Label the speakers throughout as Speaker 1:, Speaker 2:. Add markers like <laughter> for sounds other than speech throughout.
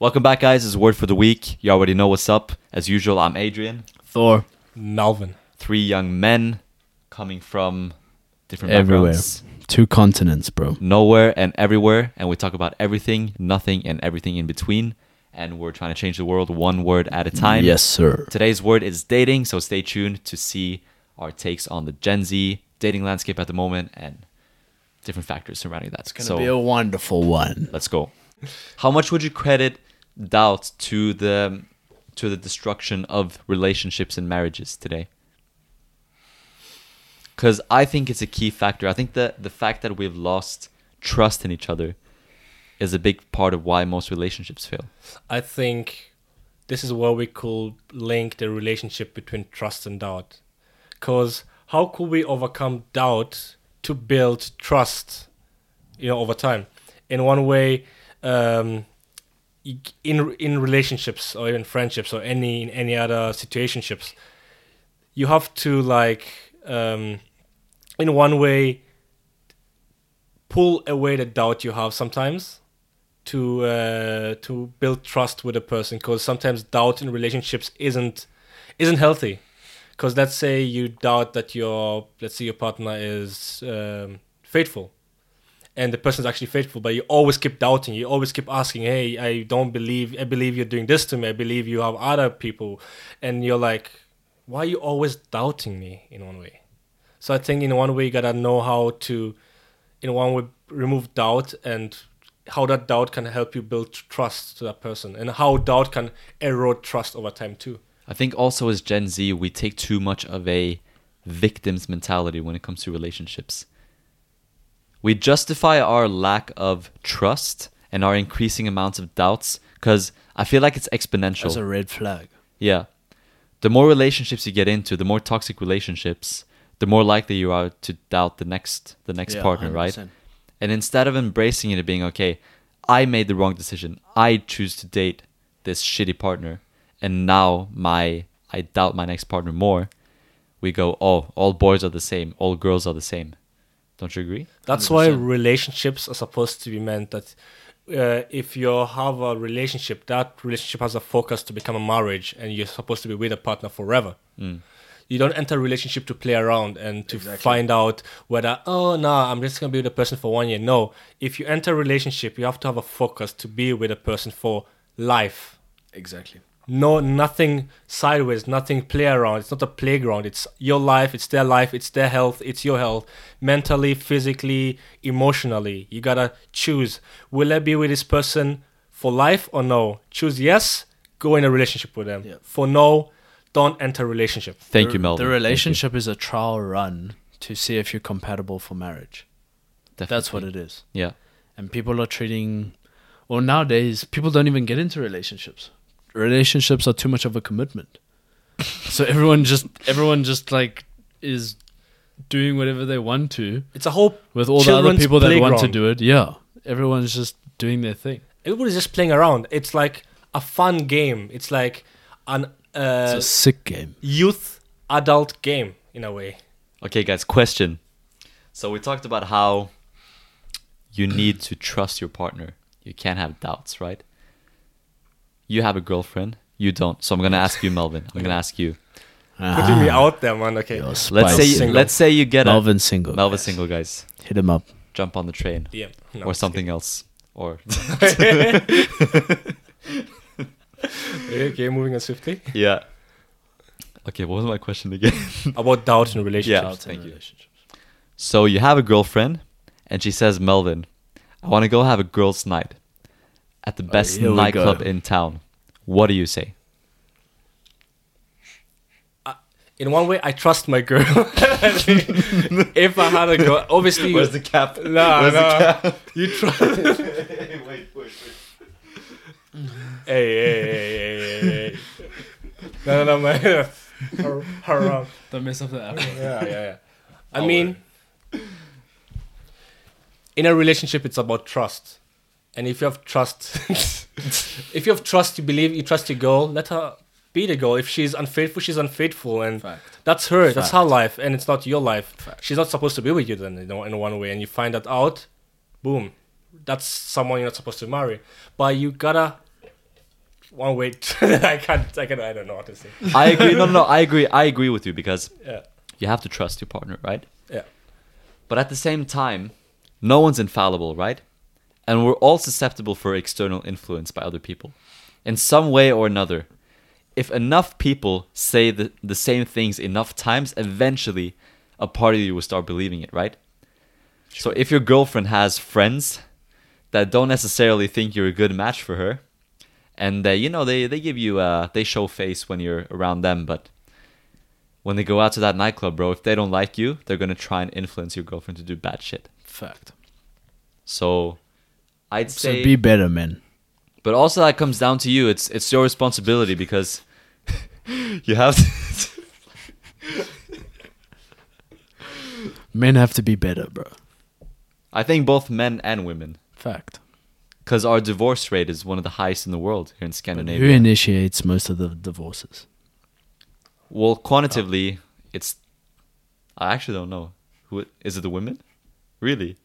Speaker 1: Welcome back, guys. This is Word for the Week. You already know what's up. As usual, I'm Adrian.
Speaker 2: Thor.
Speaker 3: Nalvin.
Speaker 1: Three young men coming from different
Speaker 2: Everywhere.
Speaker 1: backgrounds.
Speaker 2: Two continents, bro.
Speaker 1: Nowhere and everywhere. And we talk about everything, nothing, and everything in between. And we're trying to change the world one word at a time.
Speaker 2: Yes, sir.
Speaker 1: Today's word is dating, so stay tuned to see our takes on the Gen Z dating landscape at the moment and different factors surrounding that. so
Speaker 2: wonderful one.
Speaker 1: let's go. How much would you credit doubt to the to the destruction of relationships and marriages today? Because I think it's a key factor. I think that the fact that we've lost trust in each other is a big part of why most relationships fail.
Speaker 3: I think this is where we could link the relationship between trust and doubt. Because how could we overcome doubt to build trust, you know, over time? In one way, um, y- in in relationships or even friendships or any in any other situationships, you have to like, um, in one way, pull away the doubt you have sometimes to uh, to build trust with a person because sometimes doubt in relationships isn't isn't healthy because let's say you doubt that your let's say your partner is um, faithful and the person is actually faithful but you always keep doubting you always keep asking hey i don't believe i believe you're doing this to me i believe you have other people and you're like why are you always doubting me in one way so I think in one way you gotta know how to, in one way, remove doubt and how that doubt can help you build trust to that person and how doubt can erode trust over time too.
Speaker 1: I think also as Gen Z, we take too much of a victim's mentality when it comes to relationships. We justify our lack of trust and our increasing amounts of doubts because I feel like it's exponential.
Speaker 2: That's a red flag.
Speaker 1: yeah. The more relationships you get into, the more toxic relationships, the more likely you are to doubt the next the next
Speaker 2: Yeah,
Speaker 1: partner, right?
Speaker 2: 100%.
Speaker 1: And instead of embracing it and being okay, I made the wrong decision. I choose to date this shitty partner, and now my I doubt my next partner more. We go, oh, all boys are the same, all girls are the same. Don't you agree?
Speaker 3: That's why relationships are supposed to be meant that uh, if you have a relationship, that relationship has a focus to become a marriage, and you're supposed to be with a partner forever. You don't enter a relationship to play around and to find out whether oh no, I'm just gonna be with a person for one year. No, if you enter a relationship, you have to have a focus to be with a person for life.
Speaker 2: Exactly.
Speaker 3: No, nothing sideways, nothing play around. It's not a playground. It's your life, it's their life, it's their health, it's your health. Mentally, physically, emotionally. You gotta choose. Will I be with this person for life or no? Choose yes, go in a relationship with them.
Speaker 2: Yeah.
Speaker 3: For no, don't enter a relationship.
Speaker 1: Thank
Speaker 2: the,
Speaker 1: you, Melvin.
Speaker 2: The
Speaker 1: Thank you.
Speaker 2: relationship is a trial run to see if you're compatible for marriage. That's what
Speaker 1: Definitely.
Speaker 2: it is.
Speaker 1: Yeah.
Speaker 2: And people are treating, well, nowadays, people don't even get into relationships. Relationships are too much of a
Speaker 1: <laughs>
Speaker 2: commitment. so everyone just, everyone just like is doing whatever they want to
Speaker 3: It's a whole
Speaker 2: with all the other
Speaker 3: Children's
Speaker 2: people that want to
Speaker 3: playground.
Speaker 2: do it. Yeah. Everyone's just doing their thing.
Speaker 3: everybody's just playing around. It's like a fun game. It's like an uh,
Speaker 2: It's a sick game.
Speaker 3: youth adult game in a way.
Speaker 1: Okay, guys, question. So we talked about how you need to trust your partner. You can't have doubts, right? You have a girlfriend. You don't. So I'm gonna ask you, Melvin. I'm gonna ask you.
Speaker 3: Putting me out there, man. Okay.
Speaker 1: Let's say you, let's say you get
Speaker 2: Ah, Melvin single.
Speaker 1: a Melvin
Speaker 2: guys.
Speaker 1: single, guys.
Speaker 2: Hit him up.
Speaker 1: Jump on the train
Speaker 3: Yeah.
Speaker 1: or
Speaker 3: No, it's good.
Speaker 1: something else.
Speaker 2: <laughs>
Speaker 1: Or
Speaker 3: <laughs> okay, moving on swiftly.
Speaker 1: yeah. Okay, what was my question again?
Speaker 3: About doubt in relationships.
Speaker 1: Yeah. Thank you. So you have a girlfriend, and she says, Melvin, I want to go have a girls' night at the best
Speaker 2: Oh, here we
Speaker 1: nightclub
Speaker 2: go.
Speaker 1: in town. What do you say?
Speaker 3: In one way, I trust my girl. <laughs> if I had a girl, obviously.
Speaker 1: Where's the cap?
Speaker 3: Nah,
Speaker 1: Where's
Speaker 3: nah.
Speaker 1: the cap?
Speaker 3: <laughs> You trust. hey, hey, hey, hey, hey, hey. <laughs> No, no, no, man. <laughs> Har- Haram.
Speaker 2: Don't mess up the apple.
Speaker 3: Yeah, yeah, yeah. <laughs> I mean, in a relationship, it's about trust. And if you have trust, <laughs> if you have trust, you believe, you trust your girl, let her be the girl. If she's unfaithful, she's unfaithful. And
Speaker 2: Fact.
Speaker 3: that's her, that's her
Speaker 2: Fact.
Speaker 3: life, and it's not your life.
Speaker 2: Fact.
Speaker 3: She's not supposed to be with you then, you know, in one way. And you find that out, boom, that's someone you're not supposed to marry. But you gotta one way <laughs> that I can't. I can. I don't know what to say.
Speaker 1: I agree. No, no, no. I agree. I agree with you because
Speaker 3: Yeah.
Speaker 1: you have to trust your partner, right?
Speaker 3: Yeah.
Speaker 1: But at the same time, no one's infallible, right? And we're all susceptible for external influence by other people in some way or another. If enough people say the, the same things enough times, eventually a part of you will start believing it, right? So if your girlfriend has friends that don't necessarily think you're a good match for her, and they, you know, they, they give you, uh, they show face when you're around them, but when they go out to that nightclub, bro, if they don't like you, they're gonna try and influence your girlfriend to do bad shit.
Speaker 2: Fact.
Speaker 1: So, I'd
Speaker 2: So
Speaker 1: say,
Speaker 2: be better, man.
Speaker 1: but also that comes down to you. It's it's your responsibility because <laughs> you have. <laughs> To
Speaker 2: Men have to be better, bro.
Speaker 1: I think both men and women,
Speaker 2: Fact.
Speaker 1: because our divorce rate is one of the highest in the world here in
Speaker 2: Who
Speaker 1: Scandinavia.
Speaker 2: initiates most of the divorces?
Speaker 1: well, quantitatively, it's. I actually don't know. Who it- is it? The women, really?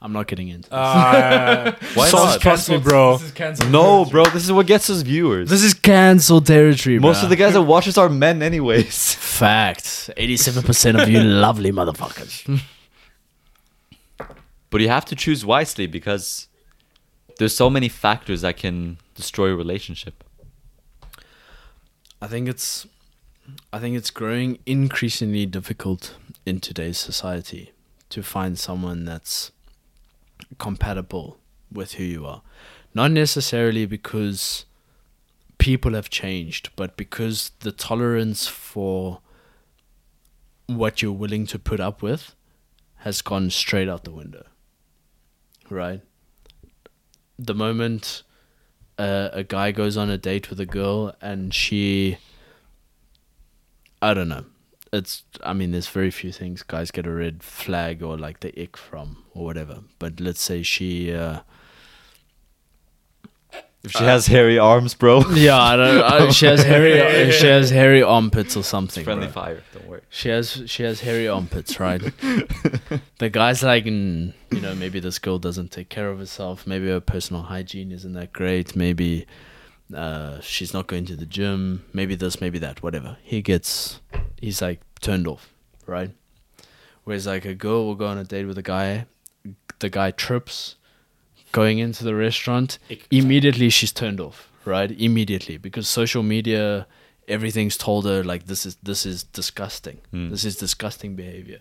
Speaker 2: I'm not getting into this.
Speaker 3: Uh,
Speaker 1: Why
Speaker 3: Source
Speaker 1: not?
Speaker 3: Trust me, bro.
Speaker 1: No, bro. This is what gets us viewers.
Speaker 2: This is cancel territory, bro.
Speaker 1: Most of the guys that watch us are men, anyways. <laughs>
Speaker 2: Fact. 87% of you lovely motherfuckers.
Speaker 1: But you have to choose wisely because there's so many factors that can destroy a relationship.
Speaker 2: I think it's I think it's growing increasingly difficult in today's society to find someone that's compatible with who you are. Not necessarily because people have changed, but because the tolerance for what you're willing to put up with has gone straight out the window. Right? The moment uh, a guy goes on a date with a girl and she I don't know. It's I mean there's very few things guys get a red flag or like the ick from or whatever. But let's say she uh,
Speaker 1: If she has hairy arms, bro.
Speaker 2: <laughs> yeah, I don't I, she has hairy <laughs> she has hairy armpits or something.
Speaker 1: Friendly
Speaker 2: bro.
Speaker 1: fire, don't worry.
Speaker 2: She has she has hairy armpits, right? the guy's like, "Mm, you know, maybe this girl doesn't take care of herself. Maybe her personal hygiene isn't that great. Maybe uh, she's not going to the gym. Maybe this, maybe that, whatever. He gets, he's like turned off, right? Whereas like a girl will go on a date with a guy, the guy trips, going into the restaurant,
Speaker 3: Ick.
Speaker 2: immediately she's turned off, right? Immediately because social media, everything's told her like this is this is disgusting. This is disgusting behavior.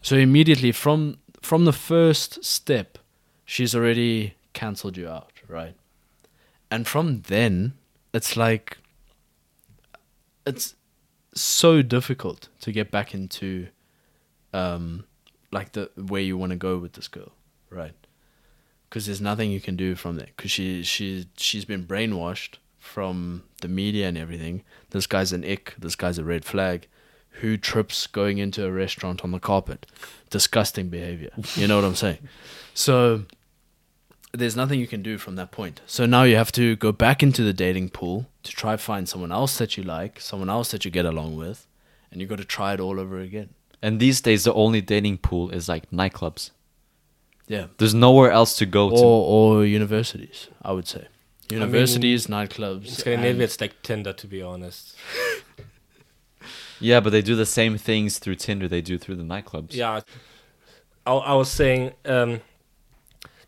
Speaker 2: So immediately from from the first step, she's already cancelled you out, right? And from then, it's like it's so difficult to get back into um like the where you want to go with this girl, right? Because there's nothing you can do from there. Because she she she's been brainwashed from the media and everything. This guy's an ick. This guy's a red flag. Who trips going into a restaurant on the carpet? Disgusting behavior. You know what I'm saying? So there's nothing you can do from that point. So now you have to go back into the dating pool to try find someone else that you like, someone else that you get along with, and you got to try it all over again.
Speaker 1: And these days, the only dating pool is like nightclubs.
Speaker 2: Yeah.
Speaker 1: There's nowhere else to go to.
Speaker 2: or, or universities, I would say. Universities, nightclubs.
Speaker 3: In Scandinavia,
Speaker 2: and-
Speaker 3: it's like Tinder, to be honest.
Speaker 1: Yeah, but they do the same things through Tinder they do through the nightclubs.
Speaker 3: Yeah, I, I was saying, um,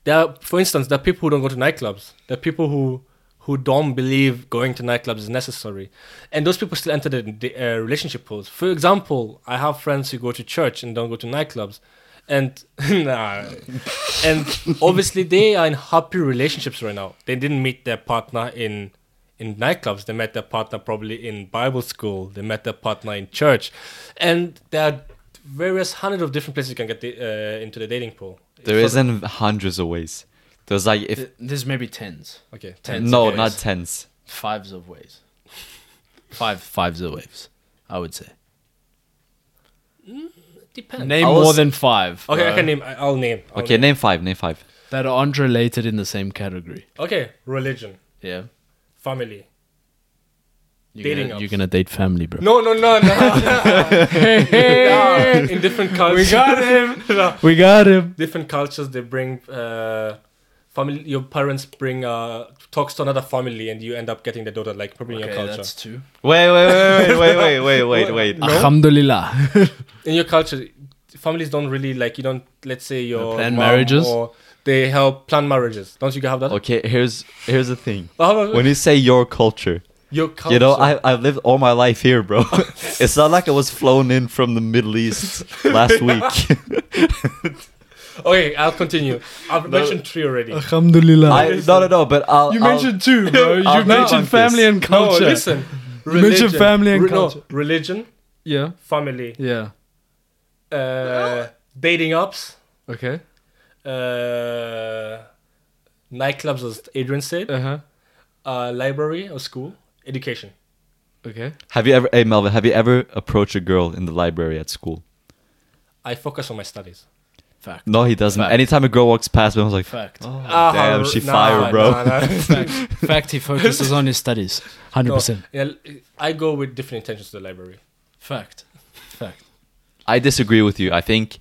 Speaker 3: there are, for instance, there are people who don't go to nightclubs. There are people who who don't believe going to nightclubs is necessary, and those people still enter the, the uh, relationship pools. For example, I have friends who go to church and don't go to nightclubs, and <laughs> nah, and obviously they are in happy relationships right now. They didn't meet their partner in in nightclubs. They met their partner probably in Bible school. They met their partner in church, and there are various hundred of different places you can get the, uh, into the dating pool.
Speaker 1: There
Speaker 3: For-
Speaker 1: isn't hundreds of ways. There's like if
Speaker 2: Th- There's maybe tens,
Speaker 3: Okay,
Speaker 2: Tens
Speaker 1: no,
Speaker 2: of
Speaker 1: not
Speaker 2: ways.
Speaker 1: tens.
Speaker 2: fives of ways. <laughs> Five fives of waves, I would say.
Speaker 3: depends.
Speaker 2: Name
Speaker 1: I
Speaker 2: more
Speaker 1: was-
Speaker 2: than five.
Speaker 3: Okay, I
Speaker 2: bro,
Speaker 3: can name. I- I'll name.
Speaker 2: Oh,
Speaker 3: I'll
Speaker 1: uh, Okay,
Speaker 3: name.
Speaker 1: name five. Name five.
Speaker 2: That aren't related in the same category.
Speaker 3: Okay, religion,
Speaker 2: Yeah.
Speaker 3: family.
Speaker 2: You're
Speaker 3: Dating
Speaker 2: gonna,
Speaker 3: apps.
Speaker 2: You're gonna date family, bro.
Speaker 3: No, no,
Speaker 1: <laughs>
Speaker 3: no, <laughs> no. no. In different cultures,
Speaker 2: We got him.
Speaker 3: different cultures, they bring uh, family, your parents bring uh, talks to another family, and you end up getting the daughter, like probably in your
Speaker 2: Okay,
Speaker 3: culture.
Speaker 2: that's two.
Speaker 1: Wait, wait, wait, wait, wait, wait, wait, wait,
Speaker 2: <laughs>
Speaker 1: wait.
Speaker 2: Alhamdulillah.
Speaker 3: In your culture, families don't really like you don't. Let's say your
Speaker 2: Plan
Speaker 3: mom
Speaker 2: marriages?
Speaker 3: or they help plan marriages. Don't you have that?
Speaker 1: Okay, here's here's the thing.
Speaker 3: Oh, no,
Speaker 1: When you say your culture,
Speaker 3: your culture.
Speaker 1: you know, I I lived all my life here,
Speaker 2: <laughs>
Speaker 1: bro. it's not like I was flown in from the Middle East last
Speaker 2: <laughs>
Speaker 1: week.
Speaker 3: Okay, I'll continue. I've mentioned three
Speaker 2: <laughs>
Speaker 3: already.
Speaker 2: Alhamdulillah.
Speaker 1: I, no, no, no. But I'll,
Speaker 2: you
Speaker 1: I'll-
Speaker 2: mentioned two, bro. You
Speaker 1: I'll
Speaker 2: mentioned
Speaker 1: debunk
Speaker 2: family
Speaker 1: this.
Speaker 2: and <laughs> culture.
Speaker 3: No, listen.
Speaker 2: You mentioned family and
Speaker 3: Re- no,
Speaker 2: culture.
Speaker 3: religion,
Speaker 2: Yeah.
Speaker 3: family,
Speaker 2: Yeah.
Speaker 3: uh, dating apps,
Speaker 2: Okay.
Speaker 3: uh, nightclubs, as Adrian said,
Speaker 2: Uh huh.
Speaker 3: uh, library or school, education.
Speaker 2: Okay.
Speaker 1: Have you ever, hey Melvin? Have you ever approached a girl in the library at school?
Speaker 3: I focus on my studies.
Speaker 2: Fact.
Speaker 1: No, he doesn't.
Speaker 2: Fact.
Speaker 1: Anytime a girl walks past me, I was like,
Speaker 2: Fact.
Speaker 1: "Oh,
Speaker 3: Ah,
Speaker 1: damn, she fire, bro."
Speaker 3: <laughs>
Speaker 2: Fact. Fact. He focuses on his <laughs> studies. Hundred percent.
Speaker 3: I go with different intentions to the library. <laughs>
Speaker 2: Fact. Fact.
Speaker 1: I disagree with you. I think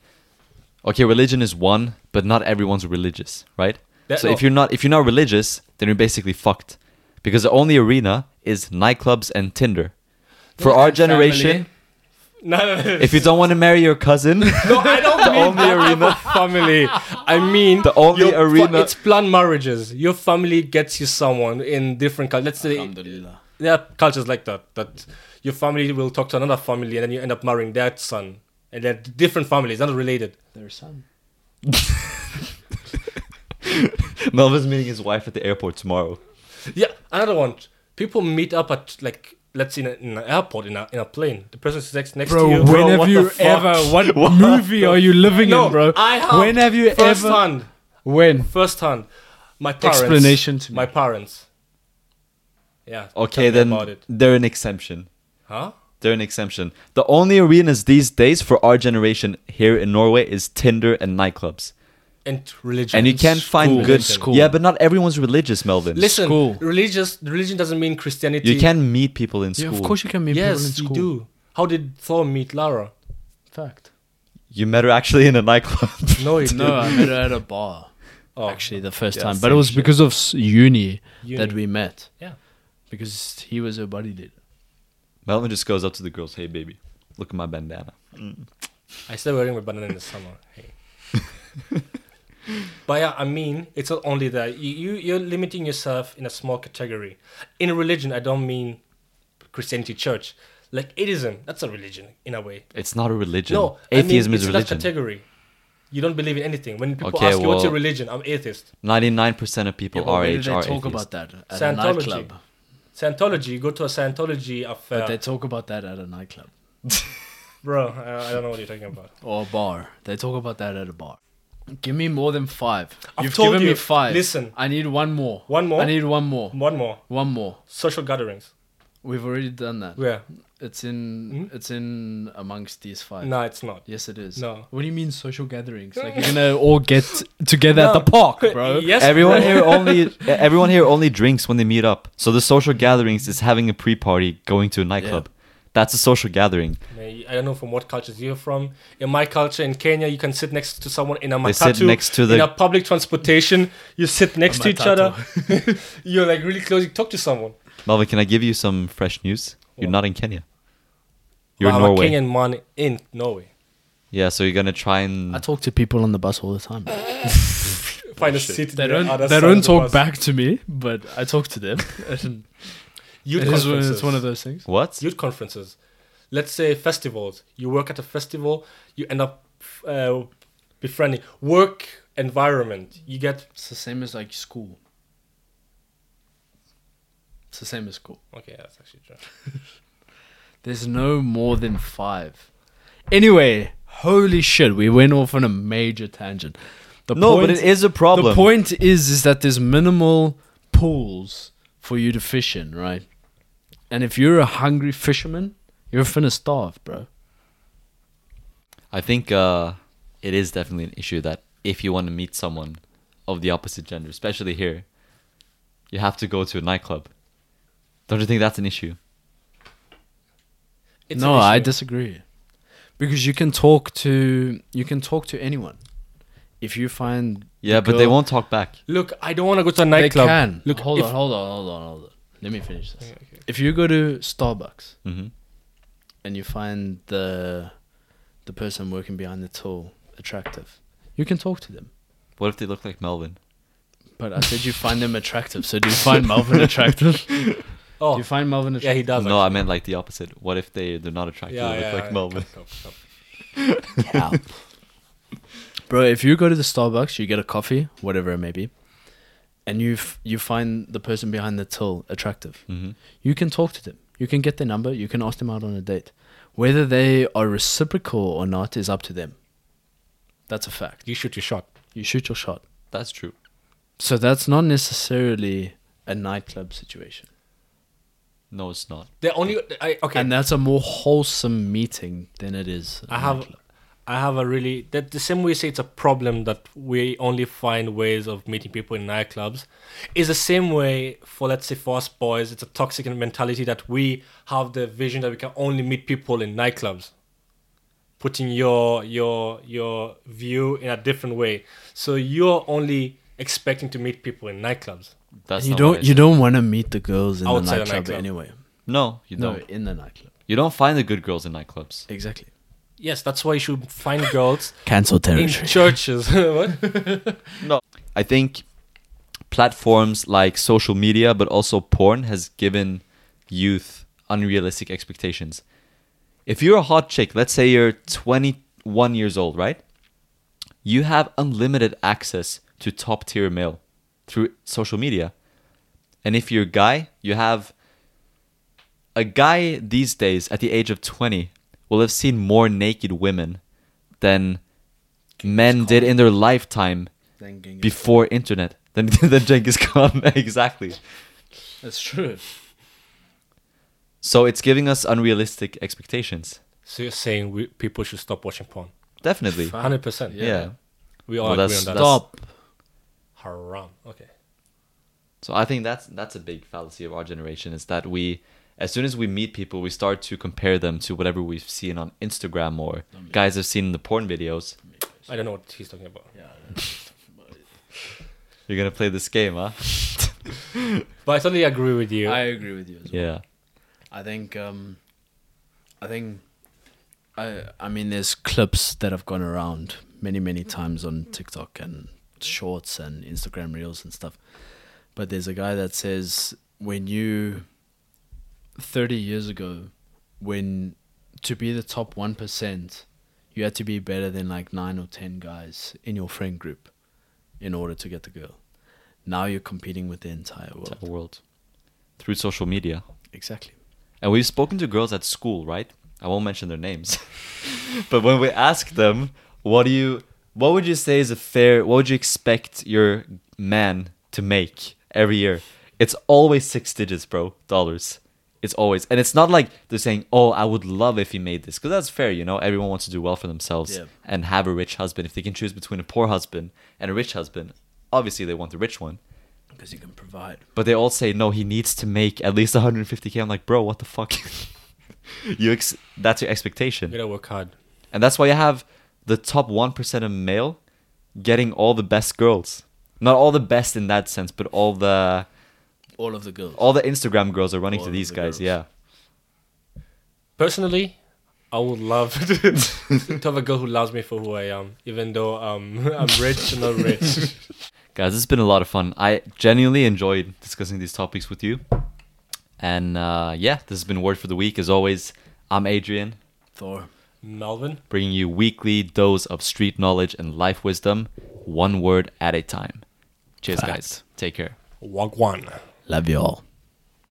Speaker 1: okay, religion is one, but not everyone's religious, right?
Speaker 3: That-
Speaker 1: so if
Speaker 3: no.
Speaker 1: you're not if you're not religious, then you're basically fucked. Because the only arena is nightclubs and Tinder. For our
Speaker 3: And
Speaker 1: generation,
Speaker 3: No, no, no.
Speaker 1: if you don't want to marry your cousin,
Speaker 3: no, <laughs> I don't
Speaker 1: the
Speaker 3: mean
Speaker 1: <laughs> only
Speaker 3: <laughs> that type
Speaker 1: arena-
Speaker 3: of family. I mean
Speaker 1: The only
Speaker 3: your fa-
Speaker 1: arena-
Speaker 3: it's planned marriages. Your family gets you someone in different cultures. Let's say
Speaker 2: Alhamdulillah.
Speaker 3: there are cultures like that that your family will talk to another family and then you end up marrying that son and they're different families not related
Speaker 2: Their son.
Speaker 1: Melvin's meeting his wife at the airport tomorrow.
Speaker 3: yeah another one people meet up at like let's say in, a, in an airport in a, in a plane the person sits next, next
Speaker 2: Bro,
Speaker 3: to you
Speaker 2: when have
Speaker 3: what the
Speaker 2: you
Speaker 3: fuck?
Speaker 2: ever? <laughs> What, movie are you living
Speaker 3: no
Speaker 2: in, bro?
Speaker 3: I have
Speaker 2: when have you
Speaker 3: first
Speaker 2: ever?
Speaker 3: hand
Speaker 2: When?
Speaker 3: first hand my parents
Speaker 2: Explanation to me.
Speaker 3: my parents yeah
Speaker 1: Okay,
Speaker 3: tell me
Speaker 1: then
Speaker 3: about it
Speaker 1: they're an exemption.
Speaker 3: huh
Speaker 1: They're an exemption. The only arenas these days for our generation here in Norway is Tinder and nightclubs.
Speaker 3: and religion
Speaker 1: And you can
Speaker 2: School.
Speaker 1: find good
Speaker 2: School.
Speaker 1: Yeah, but not everyone's religious, Melvin.
Speaker 3: listen
Speaker 2: School.
Speaker 3: religious religion doesn't mean christianity
Speaker 1: you can meet people in
Speaker 2: Yeah,
Speaker 1: school.
Speaker 2: of course you can meet people in
Speaker 3: yes you
Speaker 2: school.
Speaker 3: do how did thor meet lara
Speaker 2: Fact.
Speaker 1: You met her actually in a nightclub. <laughs>
Speaker 3: no it
Speaker 2: No, I met her at a bar.
Speaker 3: Oh.
Speaker 2: Actually, the first
Speaker 1: Yeah,
Speaker 2: time, but it was because of s- uni, that
Speaker 3: Uni.
Speaker 2: we met.
Speaker 3: Yeah.
Speaker 2: Because he was her buddy, dude.
Speaker 1: Melvin just goes up to the girls, "Hey, baby, look at my bandana."
Speaker 3: I still wearing my banana in the summer. Hey. <laughs> but yeah, I mean, it's not only that you, you you're limiting yourself in a small category. In religion, I don't mean Christianity church. Like atheism, that's a religion in a way.
Speaker 1: It's not a religion.
Speaker 3: No,
Speaker 1: atheism
Speaker 3: I mean,
Speaker 1: is
Speaker 3: it's
Speaker 1: religion.
Speaker 3: That category. You don't believe in anything. When people
Speaker 1: Okay,
Speaker 3: ask you what's your
Speaker 1: well-
Speaker 3: religion, I'm atheist.
Speaker 1: Ninety-nine percent of people
Speaker 2: Yeah, but
Speaker 1: are
Speaker 2: where do
Speaker 1: age
Speaker 2: they
Speaker 1: are
Speaker 2: talk
Speaker 1: atheists.
Speaker 2: about that at a
Speaker 3: Scientology.
Speaker 2: nightclub?
Speaker 3: Scientology, you go to a Scientology
Speaker 2: But they
Speaker 3: affair,
Speaker 2: talk about that at a nightclub
Speaker 3: bro. uh, I, I don't know what you're talking about.
Speaker 2: or a bar. They talk about that at a bar. Give me more than five.
Speaker 3: I've
Speaker 2: You've
Speaker 3: told
Speaker 2: given me
Speaker 3: you.
Speaker 2: five.
Speaker 3: Listen.
Speaker 2: I need one more.
Speaker 3: One more?
Speaker 2: I need one more.
Speaker 3: One more
Speaker 2: One more.
Speaker 3: social gatherings.
Speaker 2: We've already done that.
Speaker 3: Where?
Speaker 2: It's in.
Speaker 3: Hmm?
Speaker 2: It's in amongst these five.
Speaker 3: No, it's not.
Speaker 2: Yes, it is.
Speaker 3: No.
Speaker 2: What do you mean social gatherings? Like
Speaker 3: <laughs>
Speaker 2: you're gonna all get together at
Speaker 3: No.
Speaker 2: the
Speaker 3: <laughs>
Speaker 2: park, bro.
Speaker 3: Yes,
Speaker 1: Everyone
Speaker 2: <laughs>
Speaker 3: bro.
Speaker 1: here only everyone here only drinks when they meet up. So the social gatherings is having a pre-party, going to a nightclub. That's a social gathering.
Speaker 3: Yeah, you- I don't know from what cultures you're from. In my culture, in Kenya, you can sit next to someone in a matatu.
Speaker 1: They sit next to the-
Speaker 3: in a public transportation. You sit next to each other. <laughs> you're like really close. You talk to someone.
Speaker 1: Melvin, can I give you some fresh news? You're
Speaker 3: What?
Speaker 1: not in Kenya. You're
Speaker 3: But
Speaker 1: in
Speaker 3: I'm
Speaker 1: Norway.
Speaker 3: a Kenyan man in Norway.
Speaker 1: Yeah, so you're gonna try
Speaker 2: I
Speaker 1: and
Speaker 2: talk to people on the bus all the time.
Speaker 3: Find a seat.
Speaker 2: Oh, They
Speaker 3: on the
Speaker 2: don't.
Speaker 3: other
Speaker 2: They
Speaker 3: side
Speaker 2: don't
Speaker 3: of the
Speaker 2: talk
Speaker 3: bus.
Speaker 2: back to me, but I talk to them. <laughs> And
Speaker 3: Youth
Speaker 2: it is one,
Speaker 3: conferences.
Speaker 2: it's one of those things.
Speaker 1: what?
Speaker 3: Youth conferences. Let's say festivals. You work at a festival. You end up uh, befriending work environment. You get
Speaker 2: It's the same as like school. It's the same as school.
Speaker 3: okay. That's actually true.
Speaker 2: There's no more than five. Anyway, holy shit, we went off on a major tangent. The
Speaker 1: no, but it is a problem.
Speaker 2: The point is, is that there's minimal pools for you to fish in, right? And if you're a hungry fisherman, you're finna starve, bro.
Speaker 1: I think uh, it is definitely an issue that if you want to meet someone of the opposite gender, especially here, you have to go to a nightclub. Don't you think that's an issue?
Speaker 3: It's
Speaker 2: no,
Speaker 3: an
Speaker 2: I
Speaker 3: issue.
Speaker 2: disagree. Because you can talk to you can talk to anyone. If you find
Speaker 1: Yeah, but they
Speaker 2: Because-
Speaker 1: won't talk back.
Speaker 3: Look, I don't want to go to a
Speaker 2: They
Speaker 3: nightclub.
Speaker 2: can.
Speaker 3: Look,
Speaker 2: hold
Speaker 3: if-
Speaker 2: on, hold on, hold on, hold on. Let me finish this. If you go to Starbucks
Speaker 1: hmm
Speaker 2: and you find the the person working behind the till attractive, you can talk to them.
Speaker 1: What if they look like Melvin?
Speaker 2: But I said you find them attractive. So do you find Melvin attractive? Do
Speaker 3: <laughs> Oh,
Speaker 2: you find Melvin
Speaker 3: yeah,
Speaker 2: attractive?
Speaker 3: he does.
Speaker 1: no, I
Speaker 3: actually.
Speaker 1: meant like the opposite. What if they they're not attractive?
Speaker 3: yeah,
Speaker 1: they look
Speaker 3: yeah,
Speaker 1: like
Speaker 3: yeah.
Speaker 1: Melvin.
Speaker 3: Stop, stop, stop.
Speaker 2: Bro, if you go to the Starbucks, you get a coffee, whatever it may be, and you f- you find the person behind the till attractive,
Speaker 3: Mm-hmm.
Speaker 1: Mhm.
Speaker 2: you can talk to them. You can get their number. You can ask them out on a date. Whether they are reciprocal or not is up to them. That's a fact.
Speaker 3: You shoot your shot.
Speaker 2: You shoot your shot.
Speaker 1: That's true.
Speaker 2: So that's not necessarily a nightclub situation.
Speaker 1: No, it's not.
Speaker 3: The only I, okay.
Speaker 2: And that's a more wholesome meeting than it is. a
Speaker 3: I have,
Speaker 2: nightclub.
Speaker 3: I have a really that the same way you say it's a problem that we only find ways of meeting people in nightclubs, is the same way for let's say for us boys, it's a toxic mentality that we have the vision that we can only meet people in nightclubs. Putting your your your view in a different way, so you're only expecting to meet people in nightclubs.
Speaker 1: That's not what
Speaker 2: And you
Speaker 1: I
Speaker 2: don't you
Speaker 1: said.
Speaker 2: don't want to meet the girls in
Speaker 3: Outside
Speaker 2: the
Speaker 3: the
Speaker 2: nightclub,
Speaker 3: nightclub.
Speaker 2: anyway.
Speaker 1: No, you
Speaker 2: No,
Speaker 1: don't.
Speaker 2: in the nightclub.
Speaker 1: You don't find the good girls in nightclubs.
Speaker 2: Exactly.
Speaker 3: Yes, that's why you should
Speaker 1: <laughs>
Speaker 3: find girls
Speaker 2: Cancel
Speaker 3: in
Speaker 2: territory.
Speaker 3: churches. <laughs> what?
Speaker 1: I think platforms like social media, but also porn, has given youth unrealistic expectations. If you're a hot chick, let's say you're 21 years old, right? You have unlimited access to top tier male through social media. And if you're a guy, you have a guy these days at the age of 20 will have seen more naked women than men did in their lifetime before internet than <laughs> than Genghis Khan. <laughs> exactly.
Speaker 2: That's true.
Speaker 1: So it's giving us unrealistic expectations.
Speaker 3: So you're saying we, people should stop watching porn?
Speaker 1: Definitely.
Speaker 2: Fuck.
Speaker 3: Hundred percent.
Speaker 1: Yeah.
Speaker 2: Yeah.
Speaker 3: We all
Speaker 1: Well,
Speaker 3: agree
Speaker 1: that's-
Speaker 3: on that.
Speaker 1: that's-
Speaker 2: Stop.
Speaker 3: Haram. Okay.
Speaker 1: So I think that's that's a big fallacy of our generation is that we as soon as we meet people we start to compare them to whatever we've seen on Instagram or guys have seen in the porn videos.
Speaker 3: I don't know what he's talking about.
Speaker 1: You're gonna play this game, huh? <laughs>
Speaker 3: But I totally agree with you.
Speaker 2: I agree with you as well.
Speaker 1: Yeah.
Speaker 2: I think um I think I I mean there's clips that have gone around many, many times on TikTok and shorts and Instagram reels and stuff. But there's a guy that says when you thirty years ago, when to be the top one percent, you had to be better than like nine or ten guys in your friend group in order to get the girl. Now you're competing with the entire world.
Speaker 1: Entire world. Through social media.
Speaker 2: Exactly.
Speaker 1: And we've spoken to girls at school, right? I won't mention their names. <laughs> but when we ask them, what do you what would you say is a fair what would you expect your man to make every year? It's always six digits, bro, dollars. It's always. And it's not like they're saying, "Oh, I would love if he made this." Cuz that's fair, you know. Everyone wants to do well for themselves
Speaker 2: Yeah.
Speaker 1: and have a rich husband. If they can choose between a poor husband and a rich husband, obviously they want the rich one.
Speaker 2: Because you can provide.
Speaker 1: But they all say no. He needs to make at least 150k. I'm like, bro, what the fuck? <laughs> you ex- that's your
Speaker 3: you
Speaker 1: expectation,
Speaker 3: gotta work hard.
Speaker 1: and that's why you have the top one percent of male getting all the best girls. Not all the best in that sense, but all the
Speaker 2: All of the girls.
Speaker 1: all the Instagram girls are running
Speaker 2: All
Speaker 1: to
Speaker 2: of
Speaker 1: these
Speaker 2: the
Speaker 1: guys.
Speaker 2: girls.
Speaker 1: Yeah,
Speaker 3: Personally, I would love <laughs> to, to have a girl who loves me for who I am, even though um, <laughs> I'm rich and not <laughs> rich.
Speaker 1: guys, it's been a lot of fun. I genuinely enjoyed discussing these topics with you, and uh, yeah, this has been word for the week. As always, I'm Adrian.
Speaker 2: Thor.
Speaker 3: Melvin,
Speaker 1: bringing you weekly dose of street knowledge and life wisdom, one word at a time. Cheers, guys. Take care.
Speaker 3: Wagwan.
Speaker 2: Love you all.